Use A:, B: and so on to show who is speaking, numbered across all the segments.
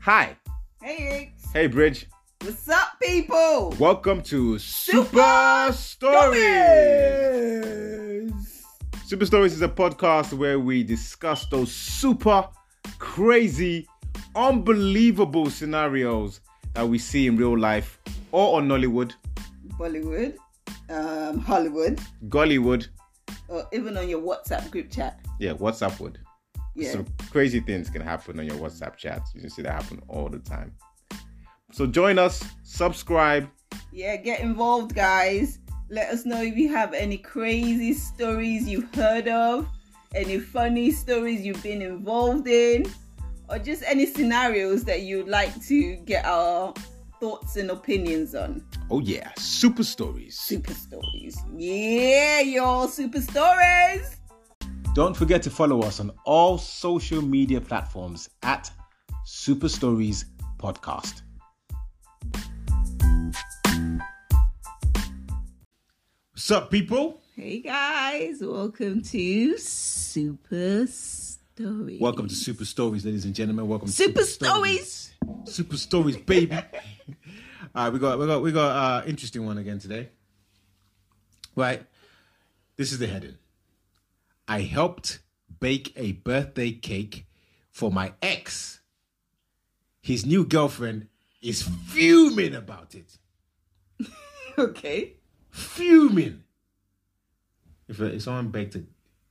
A: Hi.
B: Hey, Iggs.
A: Hey, Bridge.
B: What's up, people?
A: Welcome to Super
B: Super
A: Stories. Super Stories is a podcast where we discuss those super crazy, unbelievable scenarios that we see in real life or on Nollywood,
B: Bollywood, um, Hollywood,
A: Gollywood,
B: or even on your WhatsApp group chat.
A: yeah, WhatsApp would.
B: Yeah.
A: Some crazy things can happen on your WhatsApp chats. You can see that happen all the time. So join us, subscribe.
B: yeah, get involved, guys. Let us know if you have any crazy stories you've heard of, any funny stories you've been involved in, or just any scenarios that you'd like to get our thoughts and opinions on.
A: Oh yeah, Super Stories.
B: Super stories. Yeah, y'all, super stories.
A: Don't forget to follow us on all social media platforms at Super Stories Podcast. What's up, people?
B: Hey guys, welcome to Super Stories.
A: Welcome to Super Stories, ladies and gentlemen. Welcome to
B: Super Stories.
A: Super Stories, baby. All right, we got we got we got uh interesting one again today. Right. This is the heading. I helped bake a birthday cake for my ex. His new girlfriend is fuming about it.
B: Okay.
A: Fuming. If, a, if someone baked a,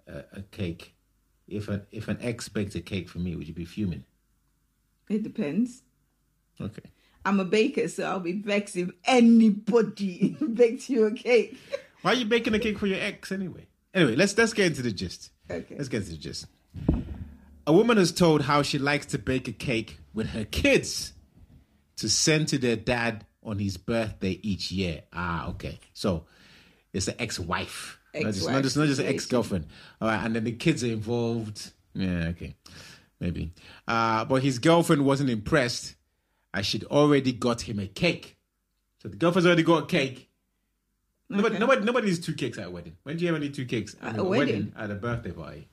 A: a, a cake, if a, if an ex baked a cake for me, would you be fuming?
B: It depends.
A: Okay.
B: I'm a baker, so I'll be vexed if anybody bakes you a cake.
A: Why are you baking a cake for your ex anyway? Anyway, let's let's get into the gist.
B: Okay.
A: Let's get into the gist. A woman is told how she likes to bake a cake with her kids to send to their dad on his birthday each year. Ah, okay. So it's an ex-wife. Not just, not
B: Ex-wife
A: just, not just an
B: situation.
A: ex-girlfriend. All right, and then the kids are involved. Yeah, okay. Maybe. Uh, but his girlfriend wasn't impressed as she'd already got him a cake. So the girlfriend's already got a cake. Nobody,
B: Okay.
A: nobody, nobody needs two cakes at a wedding. When do you ever need two cakes at,
B: At
A: a
B: a
A: wedding?
B: wedding?
A: At a birthday party.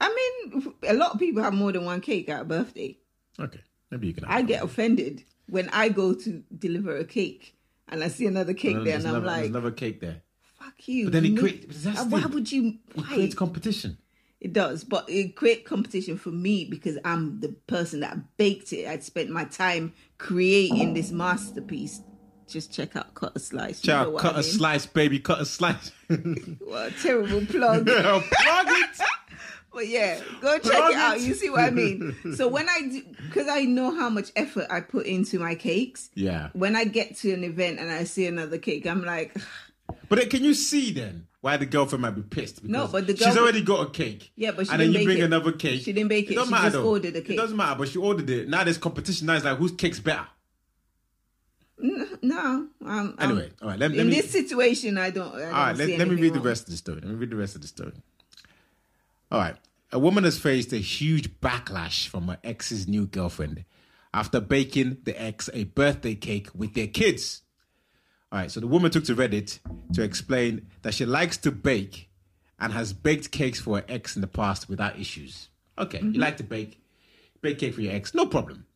B: I mean, a lot of people have more than one cake at a birthday.
A: Okay, maybe you can. Have
B: I
A: one.
B: get offended when I go to deliver a cake and I see another cake
A: Another-
B: there, and
A: there's
B: I'm
A: another- there's
B: like,
A: another cake there.
B: "Fuck you!"
A: But then it
B: you know-
A: create- but that's
B: why
A: the-
B: would you?
A: It
B: Why?
A: creates competition.
B: It does, but it create competition for me because I'm the person that baked it. I spent my time creating this masterpiece. Just check out Cut a Slice. You know
A: Child,
B: what
A: cut
B: I
A: a
B: mean?
A: slice, baby, cut a slice.
B: What a terrible plug.
A: Plug it.
B: but yeah, go check
A: Plug
B: it out.
A: it.
B: You see what I mean? So when I do, because I know how much effort I put into my cakes.
A: Yeah,
B: When I get to an event and I see another cake, I'm like,
A: but then can you see then why the girlfriend might be pissed? Because
B: No, but the
A: she's
B: girl-
A: already got a cake.
B: Yeah, but she
A: and then
B: didn't
A: you
B: bake
A: bring
B: it.
A: another cake.
B: She didn't bake it.
A: doesn't
B: She
A: matter
B: just
A: though.
B: ordered a
A: It
B: cake.
A: doesn't matter, but she ordered it. Now there's competition. Now it's like whose cake's better.
B: "N- no. I'm, I'm-
A: Anyway, all right. Let, let
B: Um, in
A: me,
B: this situation, I don't. I don't
A: All right,
B: see
A: let, let me
B: anything
A: read the
B: wrong.
A: rest of the story. Let me read the rest of the story. All right. A woman has faced a huge backlash from her ex's new girlfriend after baking the ex a birthday cake with their kids. All right, so the woman took to Reddit to explain that she likes to bake and has baked cakes for her ex in the past without issues. Okay,
B: Mm-hmm.
A: you like to bake, bake cake for your ex, no problem.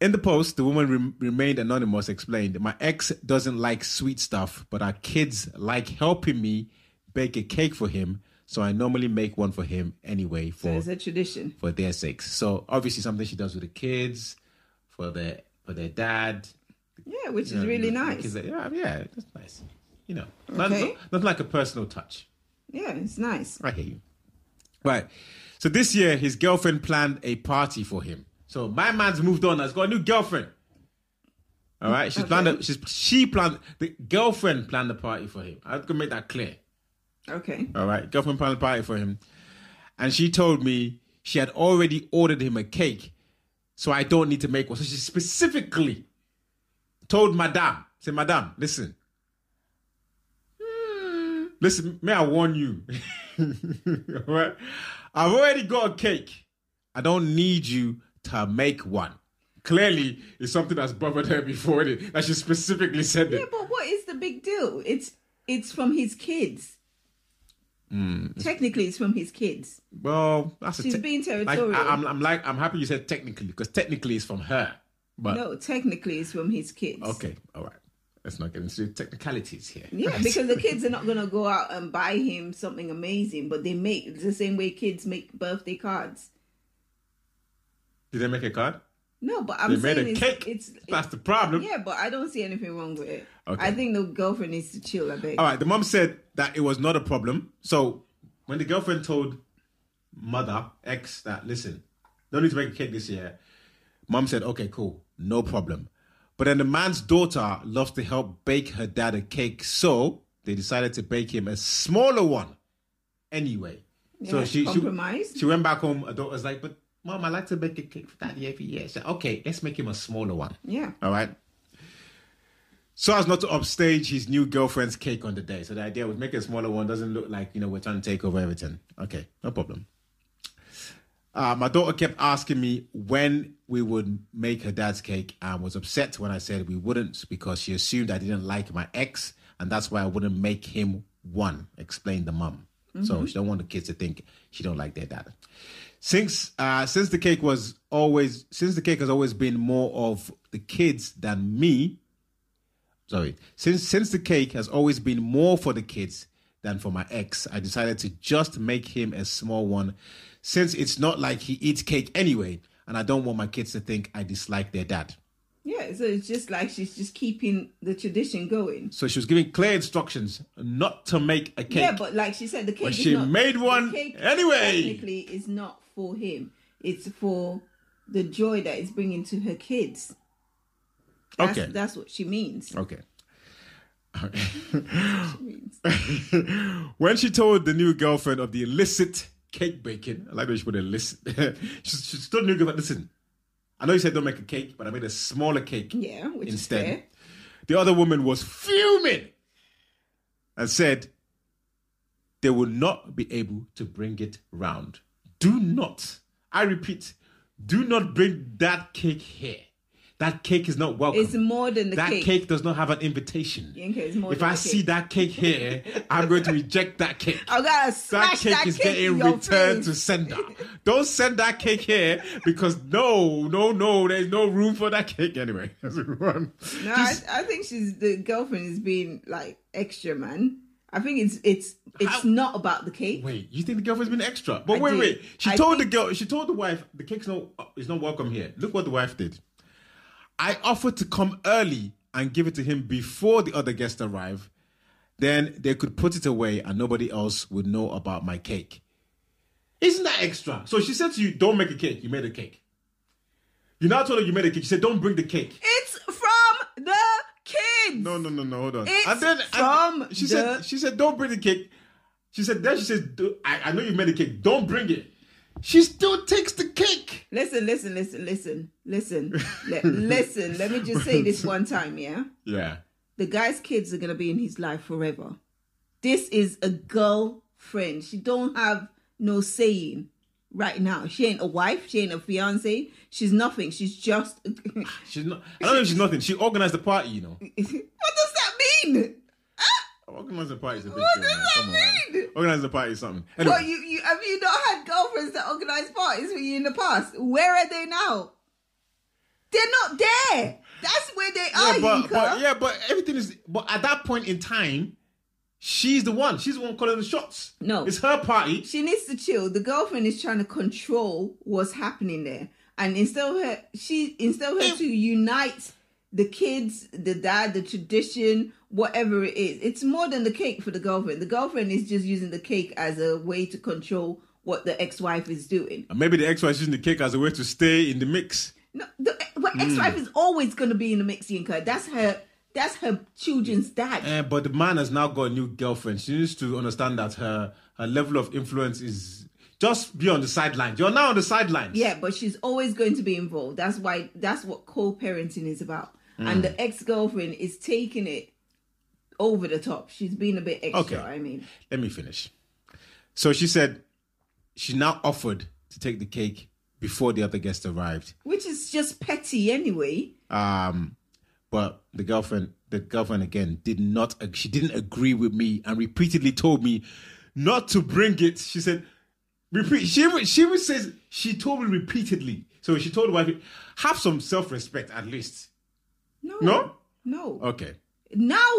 A: In the post, the woman rem- remained anonymous, explained, My ex doesn't like sweet stuff, but our kids like helping me bake a cake for him. So I normally make one for him anyway for,
B: It's a tradition.
A: for their sakes. So obviously something she does with the kids, for their for their dad.
B: Yeah, which
A: you
B: is
A: know,
B: really
A: the- the
B: nice.
A: kids are- yeah, yeah, that's nice. You know. Not,
B: Okay.
A: not, not like a personal touch.
B: Yeah, it's nice.
A: I hear you. Right. So this year, his girlfriend planned a party for him. So my man's moved on. Has got a new girlfriend. All right. She's planned. A, she's she planned. The girlfriend planned the party for him. I'm gonna make that clear.
B: Okay.
A: All right. Girlfriend planned a party for him, and she told me she had already ordered him a cake, so I don't need to make one. So she specifically told Madame, say, Madame, listen, listen, may I warn you, all right? I've already got a cake. I don't need you to make one. Clearly, it's something that's bothered her before, is That she specifically said
B: Yeah,
A: it.
B: but what is the big deal? It's it's from his kids.
A: Hmm,
B: Technically, it's from his kids.
A: Well, that's
B: She's
A: a
B: being
A: like,
B: territorial.
A: I, am I'm like I'm happy you said technically because technically it's from her. But
B: no, technically, it's from his kids.
A: okay, all right. Let's not get into technicalities here.
B: Yeah, because the kids are not gonna go out and buy him something amazing, but they make it's the same way kids make birthday cards.
A: did they make a card?
B: No, but I'm
A: They
B: saying
A: made a
B: it's,
A: cake.
B: it's
A: that's the problem.
B: yeah, but I don't see anything wrong with it.
A: Okay.
B: I think the girlfriend needs to chill a bit.
A: All right, the mom said that it was not a problem. So when the girlfriend told mother ex that listen, no need to make a cake this year, mom said okay, cool, no problem. But then the man's daughter loves to help bake her dad a cake, so they decided to bake him a smaller one. Anyway, so
B: Yeah,
A: she
B: compromise.
A: she she went back home. Her daughter's like, but mom, I like to bake a cake for daddy every year. She said, okay, let's make him a smaller one.
B: Yeah.
A: All right. So as not to upstage his new girlfriend's cake on the day. So the idea was make a smaller one. Doesn't look like you know we're trying to take over everything. Okay, no problem. Uh, my daughter kept asking me when we would make her dad's cake and was upset when I said we wouldn't because she assumed I didn't like my ex and that's why I wouldn't make him one. Explained the mum. So she don't want the kids to think she don't like their dad. Since uh, since the cake was always since the cake has always been more of the kids than me. Sorry, since since the cake has always been more for the kids than for my ex, I decided to just make him a small one, since it's not like he eats cake anyway, and I don't want my kids to think I dislike their dad.
B: Yeah, so it's just like she's just keeping the tradition going.
A: So she was giving clear instructions not to make a cake.
B: Yeah, but like she said, the cake.
A: But
B: is
A: she
B: not-
A: made
B: the
A: one
B: cake
A: anyway.
B: Technically, is not for him. It's for the joy that it's bringing to her kids. That's,
A: okay,
B: that's what she means.
A: okay.
B: She means.
A: when she told the new girlfriend of the illicit cake baking, I like the way she put illicit. she, she told the new girlfriend, listen, I know you said don't make a cake, but I made a smaller cake
B: Yeah, which
A: instead.
B: is fair.
A: The other woman was fuming and said they will not be able to bring it round. Do not, I repeat, do not bring that cake here. That cake is not welcome.
B: It's more than the
A: that
B: cake.
A: cake. does not have an invitation.
B: Yeah, okay, it's more
A: if
B: than
A: I
B: the
A: see
B: cake.
A: that cake here, I'm going to reject that cake.
B: I gotta
A: That
B: smash
A: cake
B: that
A: is
B: cake in
A: getting
B: your
A: returned to
B: face.
A: sender. Don't send that cake here because no, no, no, there's no room for that cake anyway. That's what we want.
B: No, I, I think she's the girlfriend is being like extra, man. I think it's it's it's
A: How-
B: not about the cake.
A: Wait, you think the girlfriend's been extra? But
B: I
A: wait,
B: did.
A: wait. She
B: I
A: told
B: think-
A: the girl, she told the wife, the cake's not is not welcome here. Look what the wife did. I offered to come early and give it to him before the other guests arrive. Then they could put it away and nobody else would know about my cake. Isn't that extra? So she said to you, don't make a cake. You made a cake. You now told her you made a cake. She said, don't bring the cake.
B: It's from the kids.
A: No, no, no, no. Hold on.
B: It's from
A: she
B: the-
A: said, she said, don't bring the cake. She said, then she said, "Do- I, I know you made a cake. Don't bring it. She still takes the cake.
B: Listen, listen, listen, listen, listen, Le- listen. Let me just say this one time, yeah.
A: Yeah.
B: The guy's kids are gonna be in his life forever. This is a girlfriend. She don't have no saying right now. She ain't a wife. She ain't a fiance. She's nothing. She's just.
A: She's not. I don't know if she's nothing. She organized the party, you know.
B: what does that mean?
A: Organized the party is a big
B: What
A: deal.
B: does
A: man.
B: that
A: Come on.
B: mean?
A: Organize the party is something. Anyway,
B: What you, you have you not had girlfriends that organize parties for you in the past? Where are they now? They're not there. That's where they
A: yeah,
B: are,
A: but,
B: Yinka.
A: but yeah, but everything is. But at that point in time, she's the one. She's the one calling the shots.
B: No.
A: it's her party.
B: She needs to chill. The girlfriend is trying to control what's happening there, and instead of her, she instead of her to unite the kids, the dad, the tradition, whatever it is, it's more than the cake for the girlfriend. The girlfriend is just using the cake as a way to control what the ex-wife is doing.
A: And maybe the ex-wife is using the cake as a way to stay in the mix.
B: No, the, well, ex-wife is always going to be in the mix, Yinka. That's her. That's her children's dad.
A: Eh, but the man has now got a new girlfriend. She needs to understand that her her level of influence is just be on the sidelines. You're now on the sidelines.
B: Yeah, but she's always going to be involved. That's why that's what co-parenting is about. And
A: Mm.
B: the ex-girlfriend is taking it over the top. She's being a bit extra,
A: Okay.
B: I mean.
A: Let me finish. So she said she now offered to take the cake before the other guest arrived.
B: Which is just petty anyway.
A: Um, but the girlfriend, the girlfriend again, did not. She didn't agree with me and repeatedly told me, not to bring it. She said, repeat. She even- she even says she told me repeatedly. So she told the wife, have some self respect at least.
B: No.
A: No? Oh.
B: No.
A: Okay.
B: Now,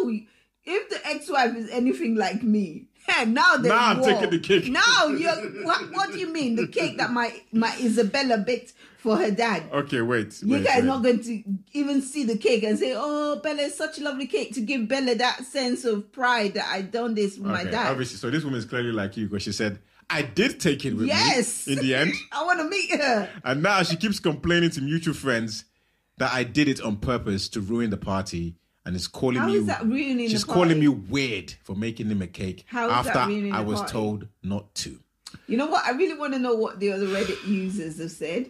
B: if the ex-wife is anything like me, hey, now there's
A: Now I'm
B: war.
A: taking the cake.
B: Now you, what? What do you mean the cake that my my Isabella baked for her dad?
A: Okay, wait.
B: You
A: wait,
B: guys
A: wait.
B: not going to even see the cake and say, "Oh, Bella, it's such a lovely cake." To give Bella that sense of pride that I done this with my
A: Okay,
B: dad.
A: Obviously, so this woman is clearly like you because she said, I did take it with
B: Yes.
A: me in the end.
B: I want to meet her.
A: And now she keeps complaining to mutual friends that I did it on purpose to ruin the party and is calling
B: How
A: me
B: is that ruining the
A: She's calling
B: party?
A: me weird for making him a cake
B: How is
A: after
B: that ruining
A: I
B: the
A: was
B: party?
A: told not to.
B: You know what? I really want to know what the other Reddit users have said.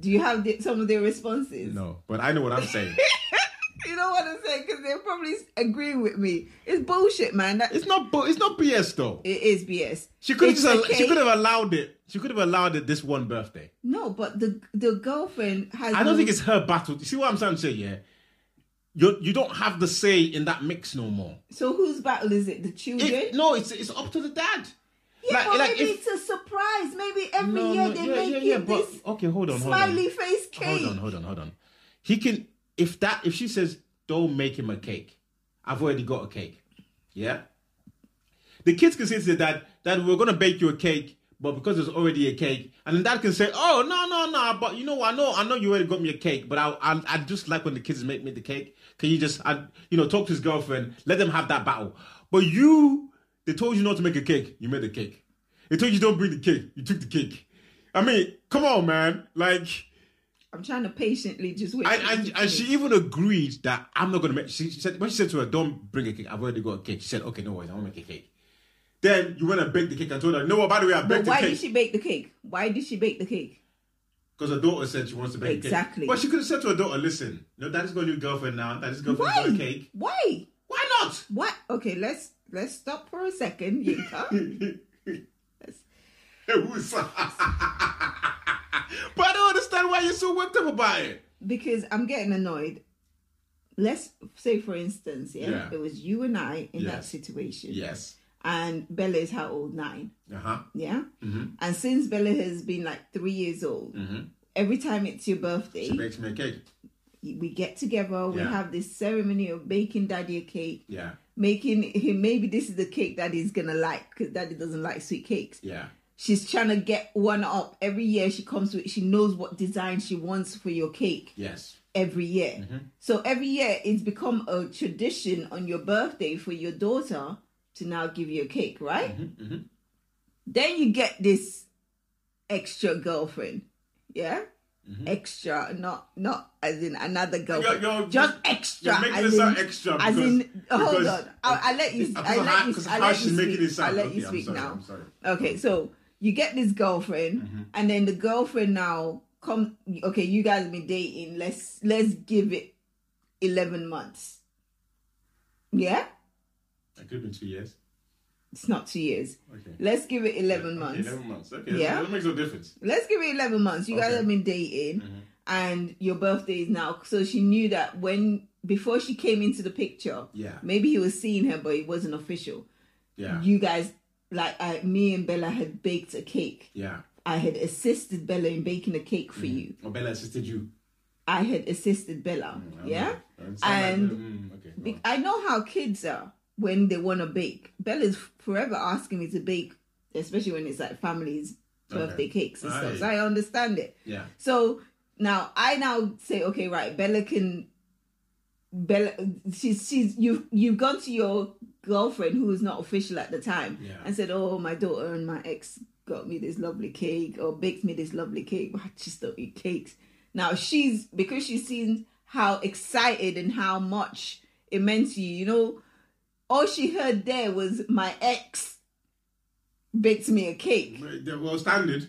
B: Do you have the, some of their responses?
A: No, but I know what I'm saying.
B: You know what I'm saying? Because they probably agree with me. It's bullshit, man. That
A: it's not bu- it's not BS though.
B: it is BS.
A: She could have
B: It's
A: just al-
B: okay.
A: she could have allowed it. She could have allowed it this one birthday.
B: No, but the the girlfriend has.
A: I don't
B: no-
A: think it's her battle. You see what I'm trying to say? Yeah, you you don't have the say in that mix no more.
B: So whose battle is it? The children?
A: It, no, it's it's up to the dad.
B: yeah,
A: like-
B: but
A: like
B: maybe
A: if-
B: it's a surprise. Maybe every
A: No,
B: year
A: no,
B: they
A: yeah,
B: make
A: yeah,
B: you
A: yeah, but-
B: this
A: okay, hold on, hold on.
B: smiley face cake.
A: Hold on, hold on, hold on. He can if that if she says don't make him a cake, I've already got a cake. Yeah. The kids can say to the dad that we're gonna bake you a cake, but because there's already a cake, and then dad can say, oh no no no, but you know what? I know I know you already got me a cake, but I I, I just like when the kids make me the cake. Can you just I, you know talk to his girlfriend, let them have that battle. But you, they told you not to make a cake, you made the cake. They told you don't bring the cake, you took the cake. I mean, come on, man, like.
B: I'm trying to patiently just wait. for
A: And,
B: this
A: and,
B: to
A: and
B: finish.
A: she even agreed that I'm not gonna make. She, she said when she said to her, "Don't bring a cake. I've already got a cake." She said, "Okay, no worries. I won't make a cake." Then you went and baked the cake and told her, "No, well, by the way, I
B: But
A: baked the
B: why did
A: cake
B: she bake the cake? Why did she bake the cake?
A: because her daughter said she wants to bake a cake."
B: Exactly.
A: But she could have said to her daughter, "Listen, no, daddy's got a new girlfriend now. Daddy's girlfriend got
B: Why?
A: a cake.
B: Why?
A: Why not?"
B: What? Okay, let's let's stop for a second, Yinka.
A: It was- but I don't understand why you're so worked up about it.
B: because I'm getting annoyed. Let's say, for instance, yeah,
A: Yeah.
B: it was you and I in that
A: Yes.
B: situation.
A: Yes.
B: And Bella is how old? Nine.
A: Uh huh.
B: Yeah.
A: Mhm.
B: And since Bella has been like three years old,
A: Mhm.
B: every time it's your birthday,
A: She bakes me a cake.
B: we get together. We
A: Yeah.
B: have this ceremony of baking Daddy a cake,
A: Yeah.
B: making him maybe this is the cake Daddy's gonna like because Daddy doesn't like sweet cakes.
A: Yeah.
B: She's trying to get one up every year. She comes with. She knows what design she wants for your cake.
A: Yes.
B: every year.
A: Mm-hmm.
B: So every year it's become a tradition on your birthday for your daughter to now give you a cake, right?
A: mhm.
B: Then you get this extra girlfriend. Yeah?
A: Mm-hmm.
B: Extra, not not as in another girlfriend.
A: you're-
B: just extra.
A: you're making
B: as
A: this
B: in,
A: sound extra
B: as in
A: because-
B: hold
A: because-
B: on. I'll, I'll let you
A: Because
B: I'll let
A: how-
B: you
A: because
B: I'll
A: how
B: let
A: she's
B: you
A: making
B: speak.
A: this sound.
B: I'll let
A: Okay,
B: you
A: I'm
B: speak
A: sorry,
B: now.
A: I'm sorry.
B: Okay, so you get this girlfriend, and then the girlfriend now come. Okay, you guys have been dating. Let's let's give it eleven months. Yeah,
A: It could have been two years.
B: it's not two years.
A: Okay.
B: Let's give it eleven
A: Okay,
B: months.
A: Eleven months. Okay.
B: Yeah.
A: That makes no difference.
B: Let's give it eleven months. You guys
A: Okay.
B: have been dating, and your birthday is now. So she knew that when before she came into the picture,
A: Yeah.
B: maybe he was seeing her, but it wasn't official.
A: Yeah.
B: You guys, like I, me and Bella had baked a cake.
A: yeah. Mm-hmm.
B: I had assisted Bella in baking a cake for you.
A: Or Bella assisted you. Mm,
B: I had assisted Bella. yeah?
A: And. sound like- mm, okay. go
B: Be-
A: on.
B: I know how kids are when they want to bake. Bella's forever asking me to bake, especially when it's like families' birthday cakes and stuff. So
A: Aye.
B: I understand it.
A: Yeah.
B: So now I now say, okay, right, Bella can. Bella, she's she's you've you've gone to your girlfriend who was not official at the time
A: Yeah.
B: and said, oh, my daughter and my ex got me this lovely cake or baked me this lovely cake, but I just don't eat cakes. Now she's because she's seen how excited and how much it meant to you. You know, all she heard there was my ex baked me a cake.
A: Well, standard.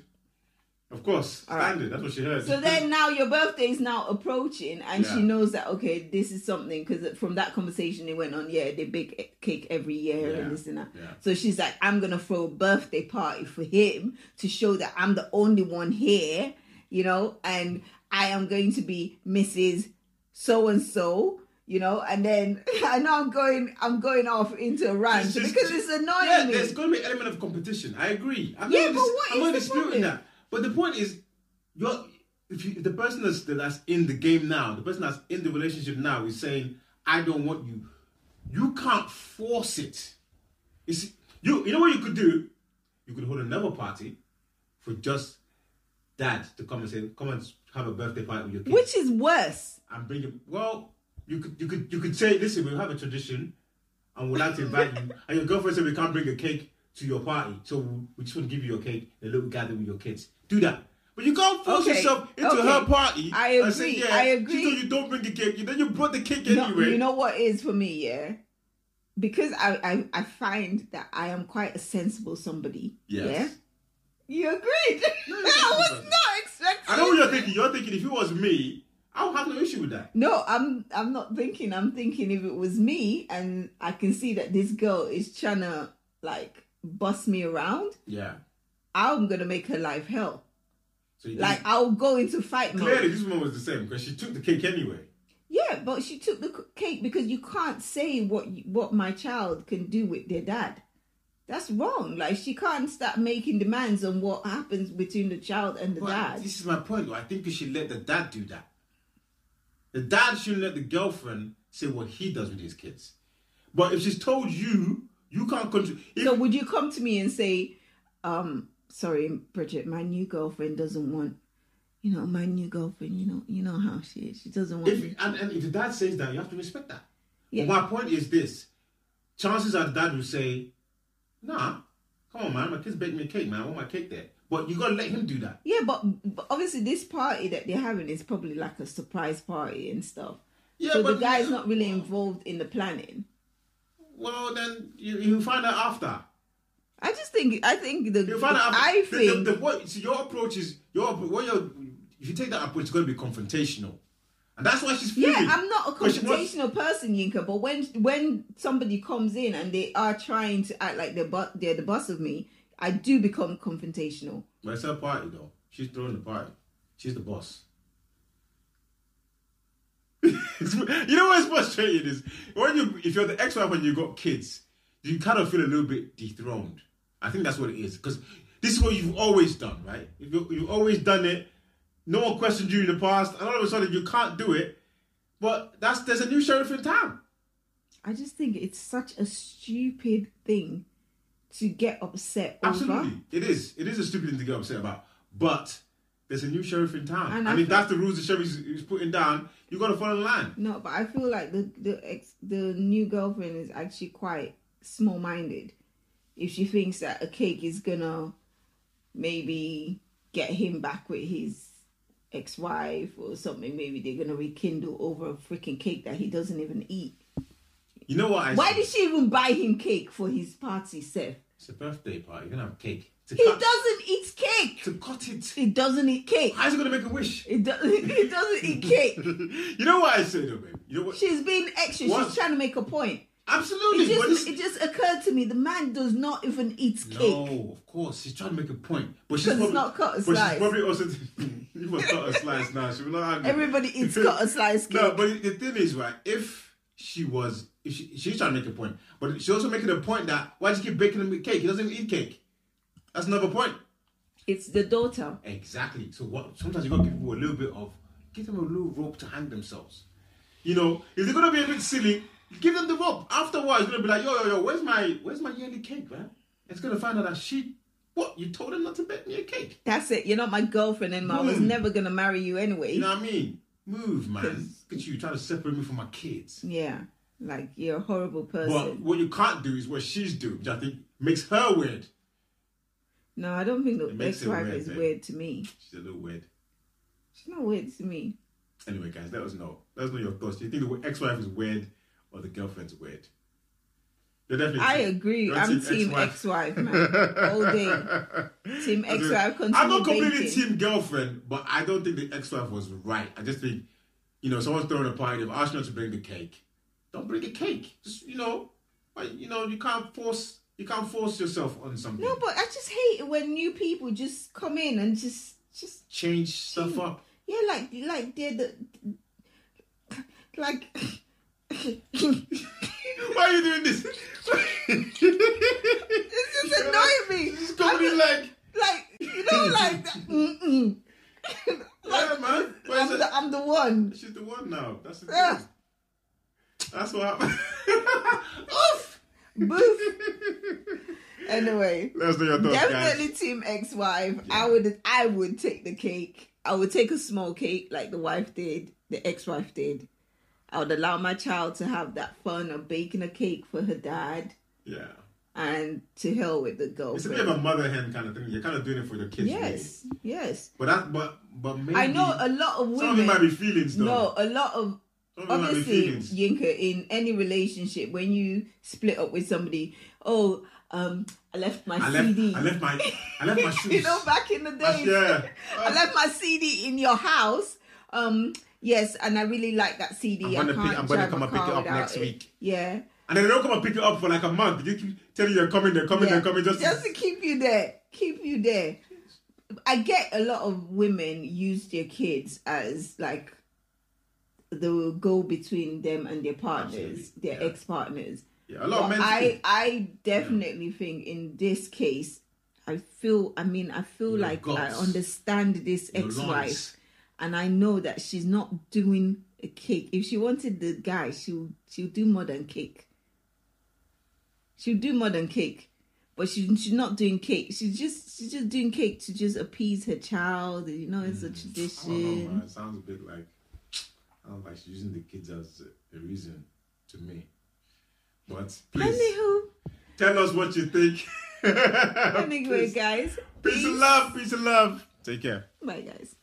A: Of course,
B: All right.
A: standard. That's what she heard.
B: So then now your birthday is now approaching, and she
A: Yeah.
B: knows that okay, this is something because from that conversation it went on. Yeah, they bake e- cake every year
A: Yeah.
B: and this and that.
A: Yeah.
B: So she's like, I'm gonna throw a birthday party for him to show that I'm the only one here, you know, and I am going to be Mrs. So and So. you know, and then I know I'm going I'm going off into a rant
A: It's just-
B: because it's annoying
A: Yeah,
B: me.
A: there's going to be an element of competition. I agree. I'm
B: Yeah,
A: not,
B: but
A: dis-
B: what
A: I'm
B: is
A: not
B: the
A: disputing
B: problem?
A: that. But the point is, you're, if, you, if the person that's, that's in the game now, the person that's in the relationship now is saying, I don't want you, you can't force it. You, see, you, you know what you could do? You could hold another party for just dad to come and say, come and have a birthday party with your kids
B: Which is worse.
A: and bring him. Well, you could you could you could say, listen, we have a tradition, and we'd like to invite you. And your girlfriend said we can't bring a cake to your party, so we just want to give you your cake, a little gathering with your kids. Do that. But you can't force
B: Okay,
A: yourself into
B: okay.
A: her party.
B: I
A: And say,
B: agree,
A: yeah,
B: I
A: She
B: agree.
A: told you don't bring the cake. You- Then you brought the cake
B: No,
A: anyway.
B: you know what is for me, yeah? Because I, I I find that I am quite a sensible somebody.
A: Yes.
B: Yeah. You agreed.
A: you're
B: I was
A: sensible.
B: not expecting
A: I know what you're thinking. You're thinking if it was me, I would have no issue with that.
B: No, I'm I'm not thinking. I'm thinking if it was me and I can see that this girl is trying to like bust me around,
A: Yeah.
B: I'm gonna make her life hell.
A: So you
B: Like
A: think-
B: I'll go into fight mode.
A: clearly this woman was the same because she took the cake anyway.
B: Yeah, but she took the c- cake because you can't say what you, what my child can do with their dad. That's wrong. Like she can't start making demands on what happens between the child and the
A: But
B: dad.
A: This is my point. though. I think you should let the dad do that. The dad shouldn't let the girlfriend say what he does with his kids. But if she's told you, you can't control. If,
B: So would you come to me and say, um, sorry, Bridget, my new girlfriend doesn't want, you know, my new girlfriend, you know, you know how she is. She doesn't want me.
A: if and, and if the dad says that, you have to respect that.
B: Yeah.
A: But my point is this: chances are the dad will say, "Nah, come on, man, my kids baked me a cake, man. I want my cake there." But you gotta let him do that.
B: Yeah, but, but obviously this party that they're having is probably like a surprise party and stuff.
A: Yeah,
B: so
A: but
B: the guy's not really involved in the planning.
A: Well, then you you find out after.
B: I just think I think the
A: You find out. after-
B: I
A: the-
B: think
A: the, the, what, so your approach is your what your if you take that approach, it's going to be confrontational, and that's why she's
B: yeah,
A: fuming.
B: I'm not a
A: Because she wants-
B: confrontational person, Yinka. But when when somebody comes in and they are trying to act like they're but they're the boss of me, I do become confrontational.
A: But it's her party though. She's throwing the party. She's the boss. It's- you know what's frustrating is when you if you're the ex-wife and you got kids, you kind of feel a little bit dethroned. I think that's what it is because this is what you've always done, right? If you, you've always done it, no one questioned you in the past, and all of a sudden you can't do it. But that's there's a new sheriff in town.
B: I just think it's such a stupid thing to get upset over.
A: Absolutely, it is. It is a stupid thing to get upset about, but there's a new sheriff in town, and,
B: And I
A: if
B: feel-
A: that's the rules the sheriff is, is putting down, you got to follow the line.
B: No, but I feel like the the ex the new girlfriend is actually quite small minded. If she thinks that a cake is gonna maybe get him back with his ex wife or something, maybe they're gonna rekindle over a freaking cake that he doesn't even eat.
A: You know what? I
B: Why
A: said?
B: did she even buy him cake for his party, Seth?
A: It's a birthday party. You're gonna have cake. To
B: He
A: cut,
B: doesn't eat cake.
A: to cut it.
B: He doesn't eat cake.
A: How's he gonna make a wish?
B: He doesn't. He doesn't eat cake.
A: you know what I say though, babe. You know what?
B: She's being extra.
A: What?
B: She's trying to make a point.
A: Absolutely.
B: It
A: but
B: just,
A: it's-
B: it just occurred to me the man does not even eat cake.
A: No, of course. She's trying to make a point, but she's
B: 'Cause it's
A: probably
B: not cut and
A: but she's
B: sliced.
A: probably also you must cut a slice now. She will not argue.
B: Everybody eats cut and sliced cake.
A: No, but the thing is, right? If she was, if she, she's trying to make a point, but she's also making a point that why does he keep baking him with cake? He doesn't even eat cake. That's another point.
B: It's the daughter.
A: Exactly. So what? Sometimes you got to give people a little bit of, give them a little rope to hang themselves. You know, if they're gonna be a bit silly, give them the rope. Afterwards, it's gonna be like, yo, yo, yo, where's my, where's my yearly cake, man? It's gonna find out that she, what? You told him not to bake me a cake.
B: That's it. You're not my girlfriend anymore. I was
A: Mm.
B: never gonna marry you anyway.
A: You know what I mean? Move, man. Look at you trying to separate me from my kids.
B: Yeah, like you're a horrible
A: But
B: person.
A: what you can't do is what she's doing, which I think makes her weird.
B: no, I don't think
A: It
B: the
A: makes it
B: ex-wife
A: weird, eh?
B: is
A: babe.
B: weird to me.
A: She's a little weird.
B: She's not weird to me.
A: Anyway, guys, let us know. Let us know your thoughts. Do you think the ex-wife is weird or the girlfriend's weird? They're definitely.
B: I agree.
A: You're
B: I'm
A: team
B: team ex-wife, man. All day. Team ex-wife. Continue
A: I'm not completely
B: baking.
A: team girlfriend, but I don't think the ex-wife was right. I just think, you know, someone's throwing a party. They've asked you not to bring the cake. Don't bring the cake. Just you know, like, you know, you can't force. You can't force yourself on something.
B: No, but I just hate it when new people just come in and just just
A: Change stuff up.
B: Yeah, like like they're the like
A: Why are you doing this?
B: It's just annoying me.
A: It's gonna be like,
B: Like, you know, like, that- mm-mm.
A: yeah, man. Where is
B: I'm,
A: it?
B: the, I'm the one.
A: She's the one now. That's the
B: Yeah.
A: thing. That's what happened. Oof!
B: Boof. Anyway,
A: Let us know your thoughts,
B: definitely
A: guys.
B: team ex-wife. I would, I would take the cake. I would take a small cake, like the wife did, the ex-wife did. I would allow my child to have that fun of baking a cake for her dad,
A: Yeah.
B: and to hell with the
A: It's a bit of a
B: girlfriend.
A: mother hen kind of thing. You're kind of doing it for your kids. really.
B: Yes, yes.
A: But that, but, but maybe.
B: I know a lot of
A: Some of you
B: women.
A: might be feelings, though.
B: no, a lot of
A: Some of you might be
B: obviously
A: feelings.
B: Yinka in any relationship when you split up with somebody. Oh, um, I left my
A: I left,
B: CD.
A: I left my, I left my shoes. Oh.
B: you know, back in the
A: My-
B: days,
A: yeah.
B: I left my CD in your house. Um, yes, and I really like that CD.
A: I'm gonna
B: I can't
A: pick- I'm gonna
B: drive
A: come
B: a
A: and pick it
B: car
A: up
B: without
A: next
B: it.
A: week.
B: Yeah.
A: And then they don't come and pick you up for like a month. They keep telling you they're coming, they're coming,
B: Yeah,
A: they're coming. Just,
B: to keep you there, keep you there. I get a lot of women use their kids as like the go between them and their partners,
A: Absolutely,
B: their
A: yeah.
B: ex partners.
A: yeah, a lot of men.
B: I
A: think
B: I definitely think in this case, I feel. I mean, I feel
A: Your
B: like
A: guts,
B: I understand this
A: your
B: ex
A: lungs.
B: wife, and I know that she's not doing a cake. If she wanted the guy, she'll she'll do more than cake. She'll do more than cake, but she, she's not doing cake. She's just she's just doing cake to just appease her child. You know, it's a
A: I don't
B: tradition.
A: know, man. It sounds a bit like I don't know, like she's using the kids as a reason to me. But please
B: Anywho,
A: tell us what you think.
B: anyway,
A: peace,
B: guys,
A: peace and love. Peace and love. Take care.
B: bye, guys.